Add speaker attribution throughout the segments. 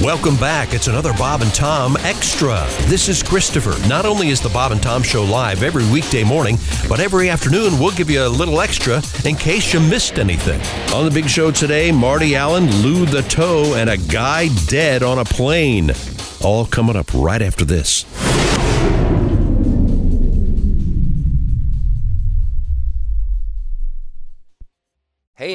Speaker 1: Welcome back. It's another Bob and Tom Extra. This is Christopher. Not only is the Bob and Tom Show live every weekday morning, but every afternoon we'll give you a little extra in case you missed anything. On the big show today, Marty Allen, Lou the Toe, and a guy dead on a plane. All coming up right after this.
Speaker 2: Hey,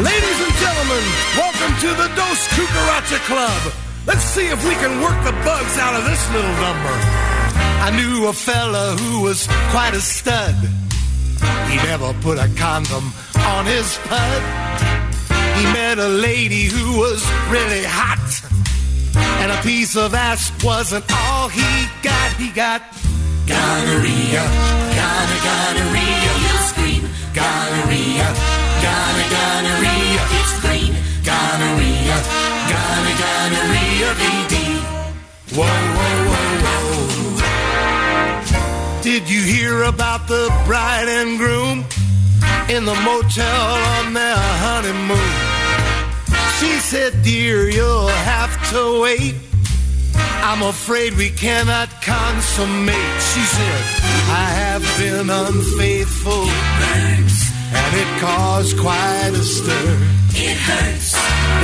Speaker 3: Ladies and gentlemen, welcome to the Dos Cucaracha Club. Let's see if we can work the bugs out of this little number. I knew a fella who was quite a stud. He never put a condom on his pud. He met a lady who was really hot. And a piece of ass wasn't all he got. He got gonorrhea, gonorrhea, gonorrhea. He'll scream gonorrhea, gonorrhea, gonorrhea. It's green gonorrhea, gonorrhea, gonorrhea. VD. Whoa, whoa, whoa, whoa. Did you hear about the bride and groom in the motel on their honeymoon? She said, "Dear, you'll have to wait." I'm afraid we cannot consummate. She said, I have been unfaithful. It hurts. And it caused quite a stir. It hurts.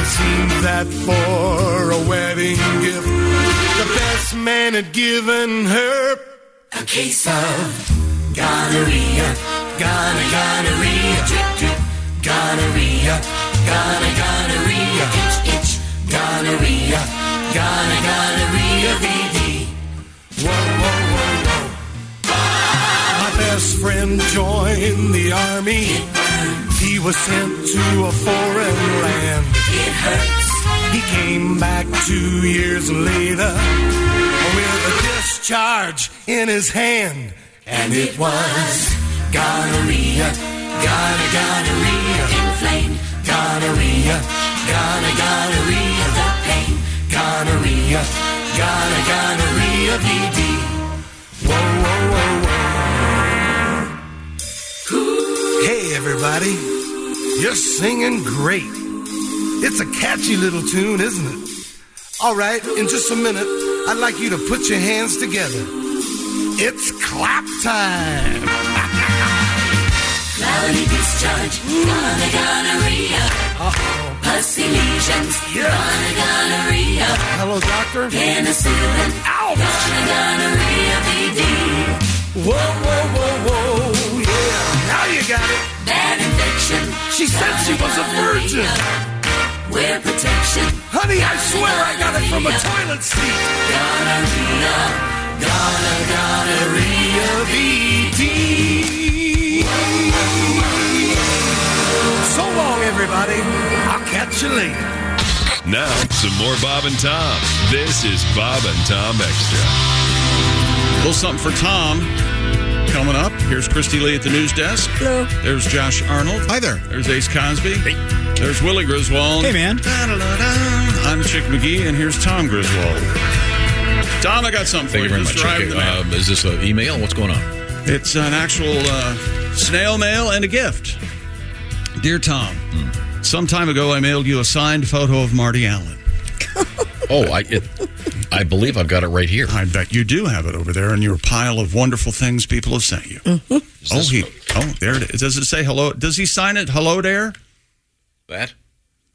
Speaker 3: It seemed that for a wedding gift, the best man had given her a case of gonorrhea, gonorrhea, gonorrhea, drip, drip, gonorrhea, gonorrhea, gonorrhea, itch, itch, gonorrhea, gonorrhea, gonorrhea, VD. Whoa, whoa, whoa, whoa. My best friend joined the army. He was sent to a foreign land. It hurts. He came back two years later with a discharge in his hand. And it was gonorrhea, gonorrhea, gonorrhea, inflamed gonorrhea, gonorrhea, gonorrhea, the pain, gonorrhea, gonorrhea, gonorrhea, VD. Whoa, whoa, whoa, whoa. Hey, everybody. You're singing great. It's a catchy little tune, isn't it? All right, in just a minute, I'd like you to put your hands together. It's clap time.
Speaker 4: Cloudy discharge, gonna gonorrhea. Pussy lesions, gonna gonorrhea.
Speaker 3: Hello, doctor.
Speaker 4: Penicillin, gonna E gonorrhea. VD,
Speaker 3: Whoa, whoa, whoa, whoa. Yeah, now you got it.
Speaker 4: bad infection.
Speaker 3: She said she was a virgin.
Speaker 4: Wear protection,
Speaker 3: Honey, I swear I got it from a toilet seat.
Speaker 4: gonorrhea. Gonna gonorrhea.
Speaker 3: VT. So long, everybody. I'll catch you later.
Speaker 5: Now, some more Bob and Tom. This is Bob and Tom Extra. little something for Tom coming up. Here's Christy Lee at the news desk. Hello. There's Josh Arnold. Hi there. There's Ace Cosby. Hey. There's Willie Griswold.
Speaker 6: Hey, man.
Speaker 5: Da-da-da-da. I'm Chick McGee, and here's Tom Griswold. Tom, I got something.
Speaker 7: Thank you
Speaker 5: for
Speaker 7: very much.
Speaker 5: Just arrived
Speaker 7: Okay,
Speaker 5: in the mail.
Speaker 7: um, is this an email? What's going on?
Speaker 5: It's an actual uh, snail mail and a gift. Dear Tom, some time ago I mailed you a signed photo of Marty Allen.
Speaker 7: oh, I it, I believe I've got it right here.
Speaker 5: I bet you do have it over there in your pile of wonderful things people have sent you.
Speaker 7: Mm-hmm.
Speaker 5: Oh, he, oh, there it is. Does it say hello? Does he sign it? Hello there.
Speaker 7: That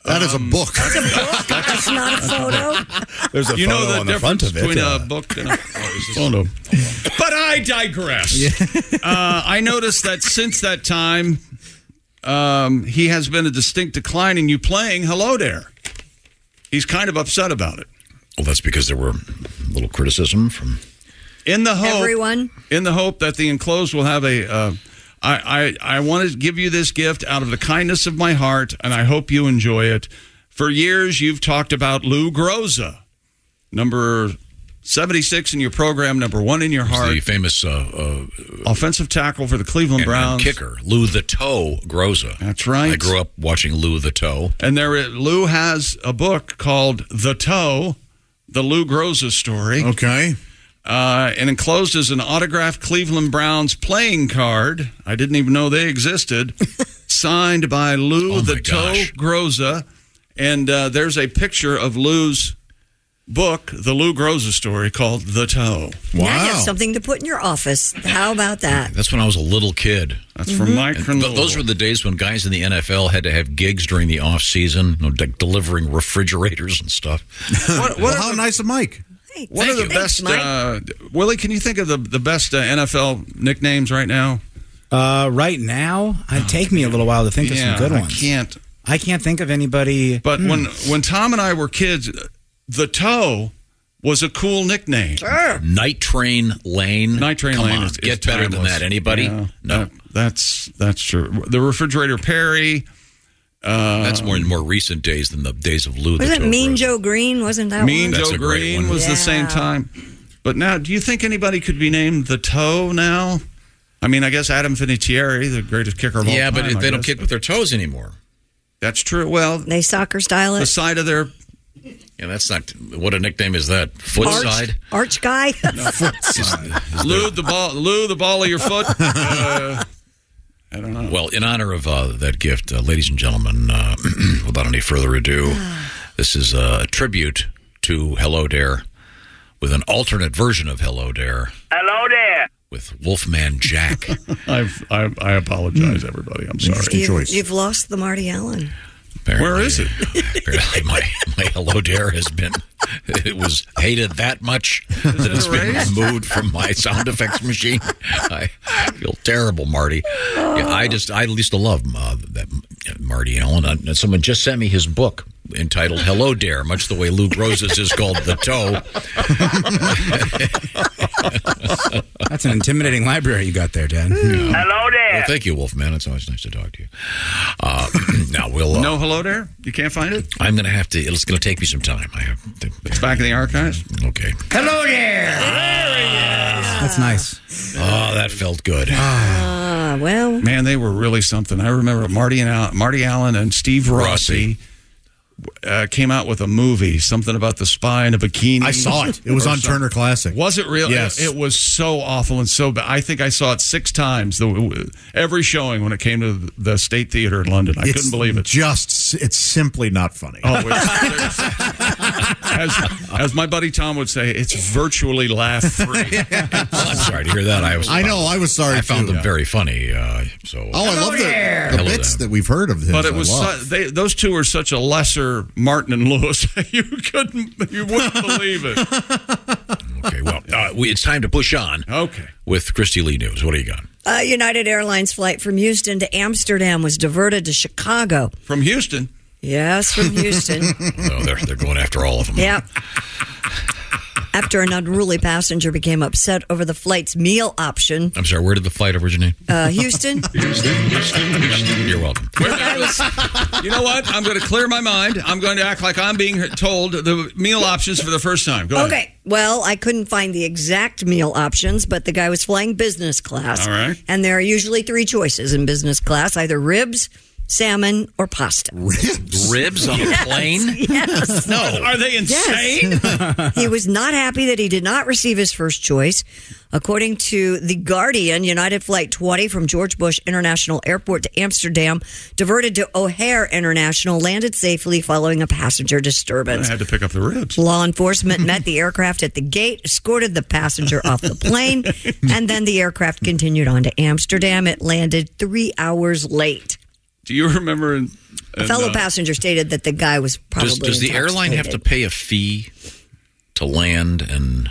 Speaker 5: That is a book. That's a book.
Speaker 8: That's not a photo.
Speaker 6: There's a
Speaker 5: you know
Speaker 6: photo
Speaker 5: the
Speaker 6: on the
Speaker 5: difference
Speaker 6: front of it,
Speaker 5: between
Speaker 6: uh,
Speaker 5: a book and a photo. But I digress. uh, I noticed that since that time, um, he has been a distinct decline in you playing Hello There. He's kind of upset about it.
Speaker 7: Well, that's because there were a little criticism from
Speaker 5: In the hope,
Speaker 8: Everyone.
Speaker 5: in the hope that the enclosed will have a. Uh, I, I, I want to give you this gift out of the kindness of my heart, and I hope you enjoy it. For years, you've talked about Lou Groza, number 76 in your program, number one in your
Speaker 7: who's
Speaker 5: heart,
Speaker 7: the famous uh, uh,
Speaker 5: offensive tackle for the Cleveland
Speaker 7: and- and
Speaker 5: Browns.
Speaker 7: kicker, Lou the Toe Groza.
Speaker 5: That's right.
Speaker 7: I grew up watching Lou the Toe.
Speaker 5: And there, it- Lou has a book called The Toe, The Lou Groza Story.
Speaker 9: Okay.
Speaker 5: Uh, and enclosed is an autographed Cleveland Browns playing card. I didn't even know they existed. signed by Lou
Speaker 7: Oh,
Speaker 5: the
Speaker 7: my
Speaker 5: Toe
Speaker 7: gosh.
Speaker 5: Groza. And uh, there's a picture of Lou's book, The Lou Groza Story, called The Toe.
Speaker 8: Now you have something to put in your office. How about that?
Speaker 7: That's when I was a little kid.
Speaker 5: That's from Mike
Speaker 7: And
Speaker 5: from
Speaker 7: th- those were the days when guys in the NFL had to have gigs during the off season, you know, like delivering refrigerators and stuff.
Speaker 5: what, what
Speaker 9: how
Speaker 5: are the,
Speaker 9: nice of Mike.
Speaker 5: what are the best, uh, Willie, can you think of the, the best uh, NFL nicknames right now?
Speaker 6: Uh, right now, it take me a little while to think of some good ones.
Speaker 5: I can't.
Speaker 6: I can't think of anybody.
Speaker 5: But when
Speaker 8: Hmm.
Speaker 5: when Tom and I were kids, the toe was a cool nickname.
Speaker 7: Night Train Lane.
Speaker 5: Night Train
Speaker 7: Come
Speaker 5: Lane
Speaker 7: on,
Speaker 5: is, is
Speaker 7: get better than
Speaker 5: timeless.
Speaker 7: that. Anybody?
Speaker 5: Yeah,
Speaker 7: no,
Speaker 5: that- that's that's true. The refrigerator Perry. Uh,
Speaker 7: that's more in more recent days than the days of Lou. the
Speaker 8: Wasn't it
Speaker 7: Toe
Speaker 8: Mean
Speaker 7: Groza.
Speaker 8: Joe Green? Wasn't that
Speaker 5: mean
Speaker 8: one?
Speaker 7: That's
Speaker 5: Joe
Speaker 7: a great
Speaker 5: Green
Speaker 7: one.
Speaker 5: was the same
Speaker 8: Yeah.
Speaker 5: time. But now, do you think anybody could be named the toe now? I mean, I guess Adam Finitieri, the greatest kicker of all
Speaker 7: Yeah,
Speaker 5: time.
Speaker 7: but
Speaker 5: I
Speaker 7: they don't
Speaker 5: guess,
Speaker 7: kick
Speaker 5: but
Speaker 7: with their toes anymore.
Speaker 5: That's true. Well,
Speaker 8: They soccer style
Speaker 5: the
Speaker 8: it.
Speaker 5: side of their
Speaker 7: Yeah, that's not what a nickname is that. Foot
Speaker 8: Arch,
Speaker 7: side.
Speaker 8: arch guy.
Speaker 5: Lou the ball, Lou the ball of your foot. Uh, I don't know.
Speaker 7: Well, in honor of uh, that gift, uh, ladies and gentlemen, uh, without any further ado, this is uh, a tribute to Hello Dare with an alternate version of Hello Dare
Speaker 10: Hello there.
Speaker 7: with Wolfman Jack.
Speaker 5: I've, I, I apologize, everybody. I'm sorry.
Speaker 8: you've, you've lost the Marty Allen.
Speaker 7: Apparently-
Speaker 5: Where is it?
Speaker 7: Apparently, my, my Hello Dare has been, it was hated that much that it's been
Speaker 5: erased?
Speaker 7: removed from my sound effects machine. I feel terrible, Marty. Yeah, I just, I used to love uh, that Marty Allen. Uh, someone just sent me his book entitled Hello Dare, much the way Lou Rose's is called The Toe.
Speaker 6: That's an intimidating library you got there, Dan.
Speaker 10: Hello there.
Speaker 7: Well, thank you, Wolfman. It's always nice to talk to you. Uh, now, we'll. Uh,
Speaker 5: No hello there? You can't find it?
Speaker 7: I'm going to have to, it's going to take me some time. I have to,
Speaker 5: It's back in the archives.
Speaker 7: Okay.
Speaker 6: Hello there. That's nice.
Speaker 7: Oh, that felt good.
Speaker 8: Ah, well,
Speaker 5: Man, they were really something. I remember Marty and Al- Marty Allen and Steve Rossi, Uh, came out with a movie, something about the spy in a bikini.
Speaker 9: I saw it. It was
Speaker 5: Or
Speaker 9: on
Speaker 5: something.
Speaker 9: Turner Classic.
Speaker 5: Was it real?
Speaker 9: Yes.
Speaker 5: It, it was so awful and so bad. I think I saw it six times, the, every showing when it came to the, the State Theater in London. I
Speaker 9: It's
Speaker 5: couldn't believe it.
Speaker 9: Just it's simply not funny.
Speaker 5: Oh, it's- as, as my buddy Tom would say, it's virtually laugh free.
Speaker 7: Well, I'm sorry to hear that. I was.
Speaker 9: I know. I was sorry.
Speaker 7: I found
Speaker 9: too.
Speaker 7: them very funny. Uh, so.
Speaker 9: Oh, I love the, the
Speaker 7: Hello
Speaker 9: bits
Speaker 7: there.
Speaker 9: that we've heard of his.
Speaker 5: But it
Speaker 9: I
Speaker 5: was
Speaker 9: love.
Speaker 5: su- they, those two were such a lesser Martin and Lewis. you couldn't, you wouldn't believe it.
Speaker 7: Okay. Well, uh, we, it's time to push on
Speaker 5: Okay.
Speaker 7: with Christy Lee news. What do you got?
Speaker 8: a United Airlines flight from Houston to Amsterdam was diverted to Chicago.
Speaker 5: From Houston.
Speaker 8: Yes, from Houston.
Speaker 7: Oh, they're they're going after all of them.
Speaker 8: yep. after an unruly passenger became upset over the flight's meal option.
Speaker 7: I'm sorry, where did the flight originate?
Speaker 8: Uh, Houston.
Speaker 7: You're welcome.
Speaker 5: you know what? I'm going to clear my mind. I'm going to act like I'm being told the meal options for the first time. Go ahead.
Speaker 8: Okay. Well, I couldn't find the exact meal options, but the guy was flying business class.
Speaker 5: All right.
Speaker 8: And there are usually three choices in business class either ribs, salmon, or pasta. Ribs?
Speaker 7: Ribs on a plane?
Speaker 8: Yes.
Speaker 7: No. Are they
Speaker 8: Yes. he was not happy that he did not receive his first choice. According to The Guardian, United Flight 20 from George Bush International Airport to Amsterdam diverted to O'Hare International landed safely following a passenger disturbance.
Speaker 5: I had to pick up the ribs.
Speaker 8: Law enforcement met the aircraft at the gate, escorted the passenger off the plane, and then the aircraft continued on to Amsterdam. It landed three hours late.
Speaker 5: Do you remember? In,
Speaker 8: A fellow passenger stated that the guy was probably.
Speaker 7: uh, Does, does the airline have to pay a fee to land and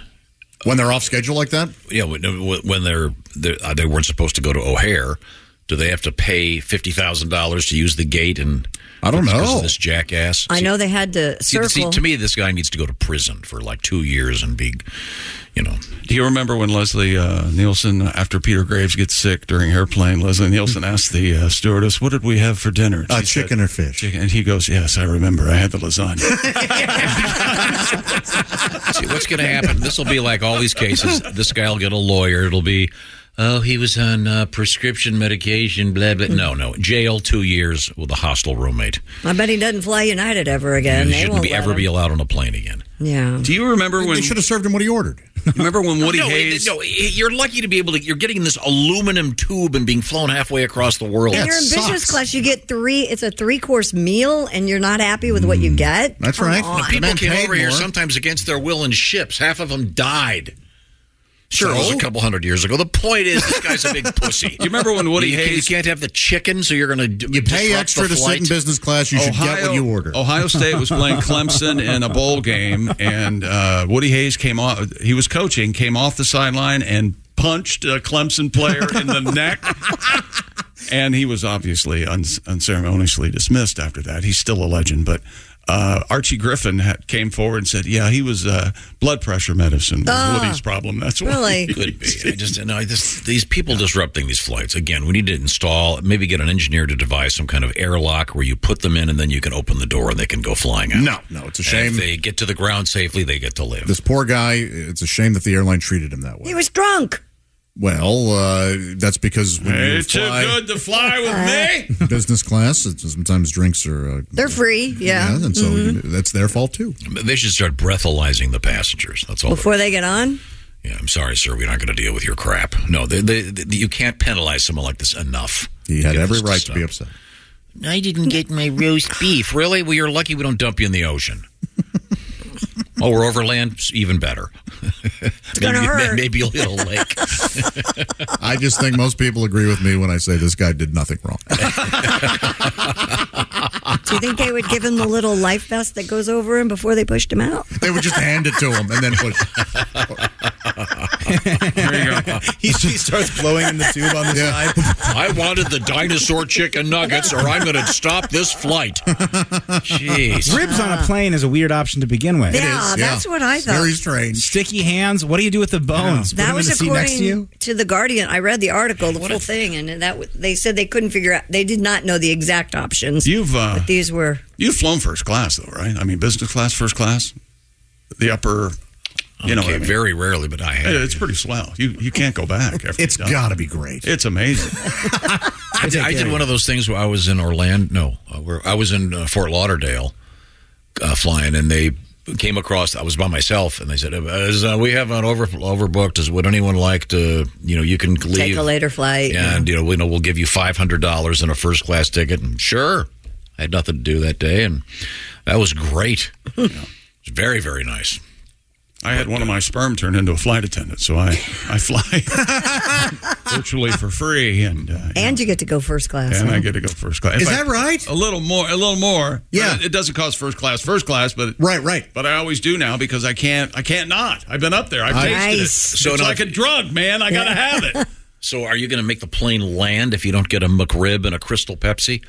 Speaker 9: when they're off schedule like that?
Speaker 7: Yeah, when- when they're, they're uh, they weren't supposed to go to O'Hare, do they have to pay fifty thousand dollars to use the gate? And I
Speaker 9: don't know.
Speaker 7: this jackass.
Speaker 8: I
Speaker 7: See,
Speaker 8: know they had to
Speaker 7: See,
Speaker 8: circle.
Speaker 7: see, to me, this guy needs to go to prison for like two years and be, you know,
Speaker 5: Do you remember when Leslie uh, Nielsen, after Peter Graves gets sick during airplane, Leslie Nielsen asked the uh, stewardess, "What did we have for dinner?"
Speaker 9: Uh,
Speaker 5: She said,
Speaker 9: chicken or fish?
Speaker 5: Chicken. And he goes, "Yes, I remember. I had the lasagna."
Speaker 7: See, what's going to happen? This will be like all these cases. This guy will get a lawyer. It'll be, oh, he was on uh, prescription medication, blah, blah. No, no. Jail two years with a hostile roommate.
Speaker 8: I bet he doesn't fly United ever again.
Speaker 7: he
Speaker 8: They
Speaker 7: shouldn't
Speaker 8: won't
Speaker 7: be,
Speaker 8: let
Speaker 7: ever
Speaker 8: him.
Speaker 7: be allowed on a plane again.
Speaker 8: Yeah.
Speaker 5: Do you remember when
Speaker 9: they should have served him what he ordered?
Speaker 5: Remember when Woody
Speaker 7: no,
Speaker 5: Hayes?
Speaker 7: No, you're lucky to be able to. You're getting in this aluminum tube and being flown halfway across the world.
Speaker 8: When you're in business class, you get three. It's a three course meal, and you're not happy with what
Speaker 7: Mm.
Speaker 8: you get. Come on.
Speaker 7: Now, people came
Speaker 9: paid
Speaker 7: over here
Speaker 9: more.
Speaker 7: sometimes against their will in ships. Half of them died. Sure, it was
Speaker 9: So?
Speaker 7: a couple hundred years ago. The point is, this guy's a big pussy.
Speaker 5: Do you remember when Woody
Speaker 7: you, can-
Speaker 5: Hayes-
Speaker 7: You can't have the chicken, so you're going to
Speaker 9: You pay extra to sit in business class. You should get what you order.
Speaker 5: Ohio Oh, State was playing Clemson in a bowl game, and uh, Woody Hayes came off. He was coaching, came off the sideline and punched a Clemson player in the neck. And he was obviously un- unceremoniously dismissed after that. He's still a legend, but uh, Archie Griffin had, came forward and said, "Yeah, he was uh, blood pressure medicine was
Speaker 8: Ah,
Speaker 9: Oh,
Speaker 5: Woody's problem. That's what
Speaker 8: really?
Speaker 5: he
Speaker 7: Could be. I just no. This, these people disrupting these flights again. We need to install, maybe get an engineer to devise some kind of airlock where you put them in, and then you can open the door and they can go flying out.
Speaker 9: No, no, it's a
Speaker 7: And
Speaker 9: shame.
Speaker 7: if they get to the ground safely, they get to live.
Speaker 9: This poor guy. It's a shame that the airline treated him that way.
Speaker 8: He was drunk.
Speaker 9: Well, uh, that's because when you
Speaker 5: It's too
Speaker 9: fly
Speaker 5: good to fly with me.
Speaker 9: business class, it's, sometimes drinks are. Uh,
Speaker 8: They're free. Yeah.
Speaker 9: and so you- that's their fault too.
Speaker 7: They should start breathalyzing the passengers. That's all.
Speaker 8: Before they get on,
Speaker 7: Yeah, I'm sorry, sir. We're not going to deal with your crap. No, they, they, they, you can't penalize someone like this enough.
Speaker 9: He had
Speaker 7: Get
Speaker 9: every
Speaker 7: this
Speaker 9: right to be
Speaker 7: stop.
Speaker 9: upset.
Speaker 7: I didn't get my roast beef. Really? Well, you're lucky we don't dump you in the ocean. oh, we're overland? Even better. It's
Speaker 8: gonna
Speaker 7: maybe,
Speaker 8: hurt.
Speaker 7: Maybe you'll hit a lake.
Speaker 9: I just think most people agree with me when I say this guy did nothing wrong.
Speaker 8: do you think they would give him the little life vest that goes over him before they pushed him out?
Speaker 9: They would just hand it to him and then push.
Speaker 5: There you go.
Speaker 9: he, he starts blowing in the tube on the side.
Speaker 7: I wanted the dinosaur chicken nuggets, or I'm going to stop this flight. Jeez.
Speaker 6: Ribs on
Speaker 8: Ah.
Speaker 6: a plane is a weird option to begin with.
Speaker 8: yeah, that's what I thought.
Speaker 9: Very strange.
Speaker 6: Sticky hands. What do you do with the bones? Put them
Speaker 8: That
Speaker 6: in
Speaker 8: was
Speaker 6: the seat next to you.
Speaker 8: according to the Guardian. I read the article, the full thing, and that w- they said they couldn't figure out. They did not know the exact options.
Speaker 5: You've uh,
Speaker 8: but these were
Speaker 5: You've flown first class, though, right? I mean, business class, first class, the upper. You know, what
Speaker 7: okay,
Speaker 5: I mean.
Speaker 7: very rarely, but I have.
Speaker 5: Hey, it's pretty swell. You you can't go back. After
Speaker 9: It's
Speaker 5: you're done.
Speaker 9: got to be great.
Speaker 5: It's amazing.
Speaker 7: I did, I did one of those things where I was in Orlando. No, uh, where I was in uh, Fort Lauderdale uh, flying, and they came across. I was by myself, and they said, uh, "As uh, we have an over overbooked, is would anyone like to? You know, you can leave.
Speaker 8: take a later flight.
Speaker 7: and you know, we know we'll give you five hundred dollars in a first class ticket." And sure, I had nothing to do that day, and that was great. you know, it was very very nice.
Speaker 5: I had one of my sperm turn into a flight attendant, so I I fly virtually for free, and uh, you
Speaker 8: And
Speaker 5: know,
Speaker 8: you get to go first class.
Speaker 5: and
Speaker 8: huh?
Speaker 5: I get to go first class. If
Speaker 9: Is
Speaker 5: I-
Speaker 9: that right?
Speaker 5: A little more, a little more. but
Speaker 9: Yeah.
Speaker 5: it, it doesn't cost first class, first class, but
Speaker 9: Right, right.
Speaker 5: But I always do now because I can't. I can't not. I've been up there. I've
Speaker 9: I-
Speaker 5: tasted it.
Speaker 8: Nice.
Speaker 7: So
Speaker 5: So it's
Speaker 7: now-
Speaker 5: like a drug, man. I gotta have it.
Speaker 7: So, are you going to make the plane land if you don't get a McRib and a Crystal Pepsi?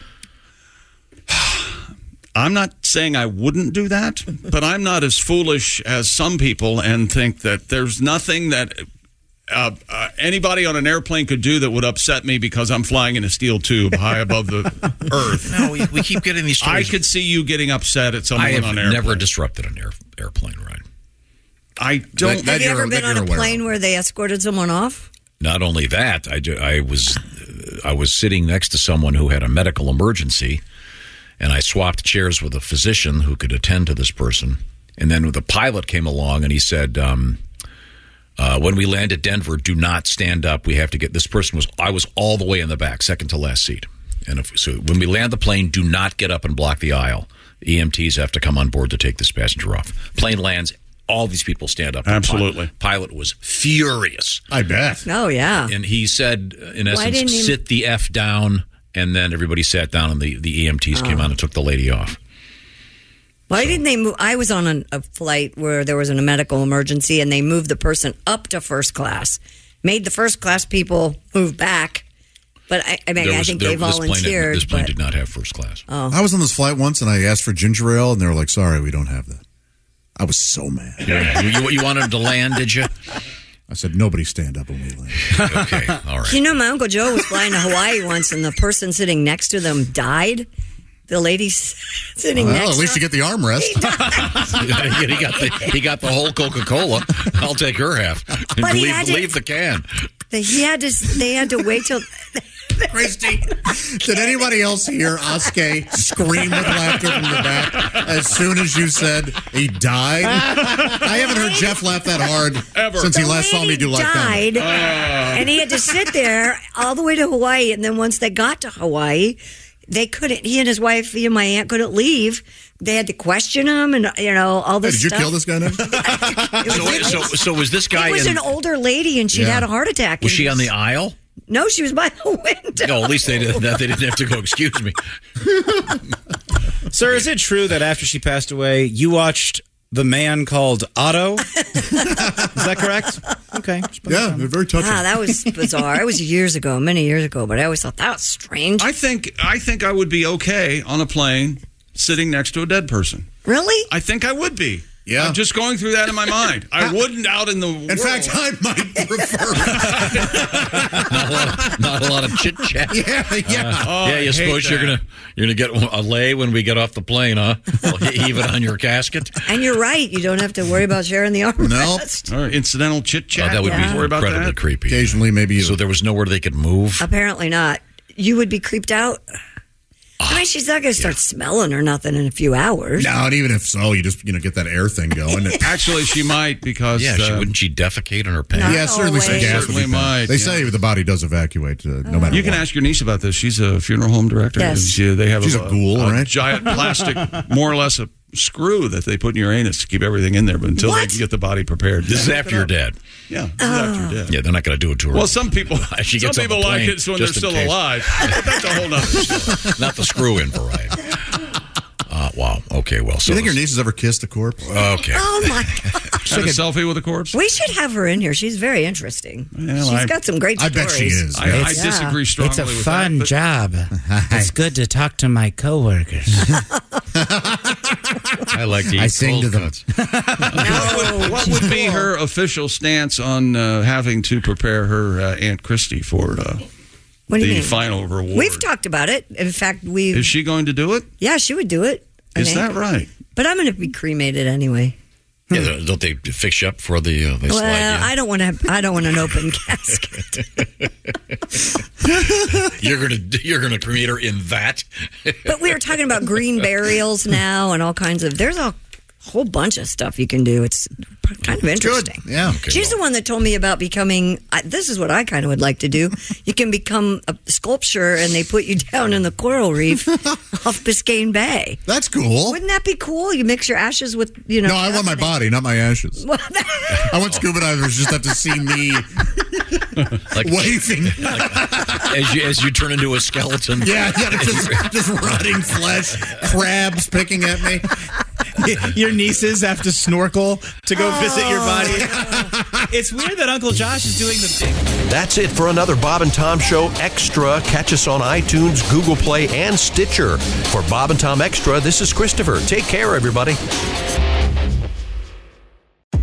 Speaker 5: I'm not saying I wouldn't do that, but I'm not as foolish as some people and think that there's nothing that uh, uh, anybody on an airplane could do that would upset me because I'm flying in a steel tube high above the earth.
Speaker 7: No, we, we keep getting these
Speaker 5: I
Speaker 7: stories.
Speaker 5: could see you getting upset at someone
Speaker 7: I have
Speaker 5: on an airplane.
Speaker 7: never disrupted an air, airplane ride.
Speaker 5: I don't.
Speaker 7: That- that
Speaker 8: Have you
Speaker 7: you're-
Speaker 8: ever been
Speaker 7: that
Speaker 8: on
Speaker 7: you're
Speaker 8: a
Speaker 7: aware of.
Speaker 8: plane where they escorted someone off?
Speaker 7: Not only that, I, ju- I was uh, I was sitting next to someone who had a medical emergency, and I swapped chairs with a physician who could attend to this person. And then the pilot came along and he said, um, uh, "When we land at Denver, do not stand up. We have to get this person was I was all the way in the back, second to last seat. And if, so when we land the plane, do not get up and block the aisle. EMTs have to come on board to take this passenger off. Plane lands." All these people stand up.
Speaker 5: Absolutely.
Speaker 7: The pilot was furious.
Speaker 3: I bet.
Speaker 8: Oh yeah.
Speaker 7: And he said, uh, in
Speaker 8: Why
Speaker 7: essence,
Speaker 8: didn't he-
Speaker 7: sit the F down. And then everybody sat down, and the, the EMTs came
Speaker 8: Oh.
Speaker 7: on and took the lady off.
Speaker 8: Why didn't they move? I was on an, a flight where there was an, a medical emergency, and they moved the person up to first class, made the first class people move back. But I, I mean,
Speaker 7: There
Speaker 8: I
Speaker 7: was-
Speaker 8: think
Speaker 7: there-
Speaker 8: they
Speaker 7: this plane-
Speaker 8: volunteered.
Speaker 7: This plane
Speaker 8: but-
Speaker 7: did not have first class.
Speaker 8: Oh.
Speaker 3: I was on this flight once and I asked for ginger ale and they were like, sorry, we don't have that. I was so mad.
Speaker 7: you, you, you wanted him to land, did you?
Speaker 3: I said, nobody stand up when we land.
Speaker 7: okay, all right.
Speaker 8: You know, my Uncle Joe was flying to Hawaii once, and the person sitting next to them died. The lady s- sitting
Speaker 3: Well,
Speaker 8: next
Speaker 3: at least
Speaker 8: to
Speaker 3: you get the armrest.
Speaker 7: he, got the, he got the whole Coca Cola. I'll take her half. And
Speaker 8: But he
Speaker 7: leave,
Speaker 8: had to-
Speaker 7: leave the can.
Speaker 8: them, he had to, s- they had to wait till.
Speaker 3: Christy, did anybody else hear Asuke scream with laughter from the back as soon as you said he died? I haven't heard Jeff laugh that hard since he
Speaker 8: The
Speaker 3: last saw me
Speaker 8: lady
Speaker 3: do like
Speaker 8: died,
Speaker 7: Ah.
Speaker 3: that.
Speaker 8: and he had to sit there all the way to Hawaii. And then once they got to Hawaii, they couldn't. He and his wife, he and my aunt, couldn't leave. They had to question him, and you know all
Speaker 3: Hey,
Speaker 8: this.
Speaker 3: did you
Speaker 8: stuff.
Speaker 3: kill this guy now?
Speaker 7: So, so, so was this guy
Speaker 8: It was
Speaker 7: in.
Speaker 8: an older lady, and she'd
Speaker 7: Yeah.
Speaker 8: had a heart attack.
Speaker 7: was
Speaker 8: and-
Speaker 7: she on the aisle?
Speaker 8: No, she was by the window.
Speaker 7: No, at least they didn't, they didn't have to go, excuse me.
Speaker 11: Sir, is it true that after she passed away, you watched The Man Called Otto? is that correct? Okay.
Speaker 3: Yeah, very
Speaker 8: Wow, Ah, that was bizarre. it was years ago, many years ago, but I always thought that was strange.
Speaker 5: I think I think I would be okay on a plane sitting next to a dead person.
Speaker 8: Really?
Speaker 5: I think I would be. Yeah. I'm just going through that in my mind. I wouldn't out in the In
Speaker 3: fact, I might prefer
Speaker 7: not a lot of, not a lot of chit chat.
Speaker 3: Yeah, yeah. Oh,
Speaker 7: yeah,
Speaker 3: I
Speaker 7: you
Speaker 3: hate
Speaker 7: suppose you're
Speaker 3: that.
Speaker 7: gonna you're gonna get a lay when we get off the plane, huh? We'll he- heave it on your casket.
Speaker 8: And you're right. You don't have to worry about sharing the armrest.
Speaker 5: Or incidental chit
Speaker 7: Oh,
Speaker 5: chat.
Speaker 7: that would
Speaker 8: Yeah.
Speaker 7: be
Speaker 8: Worry about
Speaker 7: incredibly
Speaker 8: that?
Speaker 7: creepy.
Speaker 3: Occasionally, maybe.
Speaker 7: So there was nowhere they could move.
Speaker 8: Apparently not. You would be creeped out.
Speaker 5: Ah,
Speaker 8: I mean, she's not going to start smelling or nothing in a few hours.
Speaker 3: No, and even if so, you just you know get that air thing going.
Speaker 5: Actually, she might because
Speaker 7: Yeah, she,
Speaker 5: uh,
Speaker 7: wouldn't she defecate on her
Speaker 3: yeah,
Speaker 7: pants?
Speaker 3: certainly some
Speaker 5: always.
Speaker 3: gas. would be
Speaker 5: Certainly
Speaker 3: found.
Speaker 5: might,
Speaker 3: They
Speaker 5: yeah.
Speaker 3: say the body does evacuate, uh, no matter.
Speaker 5: You can
Speaker 3: what.
Speaker 5: ask your niece about this. She's a funeral home director.
Speaker 8: Yes.
Speaker 5: And she- they have
Speaker 3: She's a ghoul, right?
Speaker 5: giant plastic, more or less a screw that they put in your anus to keep everything in there, but until they
Speaker 8: What?
Speaker 5: can get the body prepared.
Speaker 7: This is after you're dead.
Speaker 5: Yeah, this is
Speaker 8: Oh.
Speaker 5: after you're dead.
Speaker 7: Yeah, they're not gonna do it to her.
Speaker 5: Well, some people,
Speaker 7: She
Speaker 5: some
Speaker 7: gets on the
Speaker 5: people like
Speaker 7: plane
Speaker 5: it when they're
Speaker 7: just in
Speaker 5: still
Speaker 7: case.
Speaker 5: alive. But that's a whole nother story.
Speaker 7: not the screw in variety. Uh, wow. Okay. Well.
Speaker 3: Do
Speaker 7: So
Speaker 3: you think your niece has ever kissed a corpse?
Speaker 7: Okay.
Speaker 8: Oh, my
Speaker 5: Had a selfie with a corpse.
Speaker 8: We should have her in here. She's very interesting. She's
Speaker 5: I-
Speaker 8: got some great
Speaker 3: I
Speaker 8: stories.
Speaker 3: bet she is.
Speaker 5: I, I
Speaker 8: Yeah.
Speaker 5: disagree strongly.
Speaker 11: It's a
Speaker 5: with
Speaker 11: fun
Speaker 5: that, but-
Speaker 11: job. It's good to talk to my coworkers.
Speaker 7: I like to. Eat
Speaker 3: I sing to
Speaker 7: cold
Speaker 3: them.
Speaker 7: cuts.
Speaker 8: Oh,
Speaker 5: What would be her official stance on uh, having to prepare her uh, Aunt Christie for uh,
Speaker 8: What do you
Speaker 5: the
Speaker 8: mean?
Speaker 5: final reward?
Speaker 8: We've talked about it. In fact, we've.
Speaker 5: Is she going to do it?
Speaker 8: yeah, she would do it. I
Speaker 5: Is
Speaker 8: think.
Speaker 5: that right?
Speaker 8: But I'm going to be cremated anyway.
Speaker 7: Yeah, don't they fix you up for the? Uh, they
Speaker 8: Well,
Speaker 7: slide you. in?
Speaker 8: I don't want to. I don't want an open casket.
Speaker 7: You're gonna you're gonna cremate her in that.
Speaker 8: But we were talking about green burials now and all kinds of. There's a whole bunch of stuff you can do. It's kind of interesting.
Speaker 3: Yeah.
Speaker 8: She's the one that told me about becoming. I, this is what I kind of would like to do. You can become a sculpture, and they put you down in the coral reef off Biscayne Bay.
Speaker 3: That's cool.
Speaker 8: Wouldn't that be cool? You mix your ashes with you know.
Speaker 3: no, I want my body, not my ashes.
Speaker 8: Well,
Speaker 3: I want scuba divers just have to see me
Speaker 7: Like
Speaker 3: waving.
Speaker 7: as you as you turn into a skeleton.
Speaker 3: Yeah, yeah, just, just rotting flesh, crabs picking at me. Oh,
Speaker 11: your nieces have to snorkel to go visit your body.
Speaker 12: it's weird that Uncle Josh is doing the big.
Speaker 7: That's it for another Bob and Tom Show Extra. Catch us on iTunes, Google Play, and Stitcher. For Bob and Tom Extra, this is Christopher. Take care, everybody.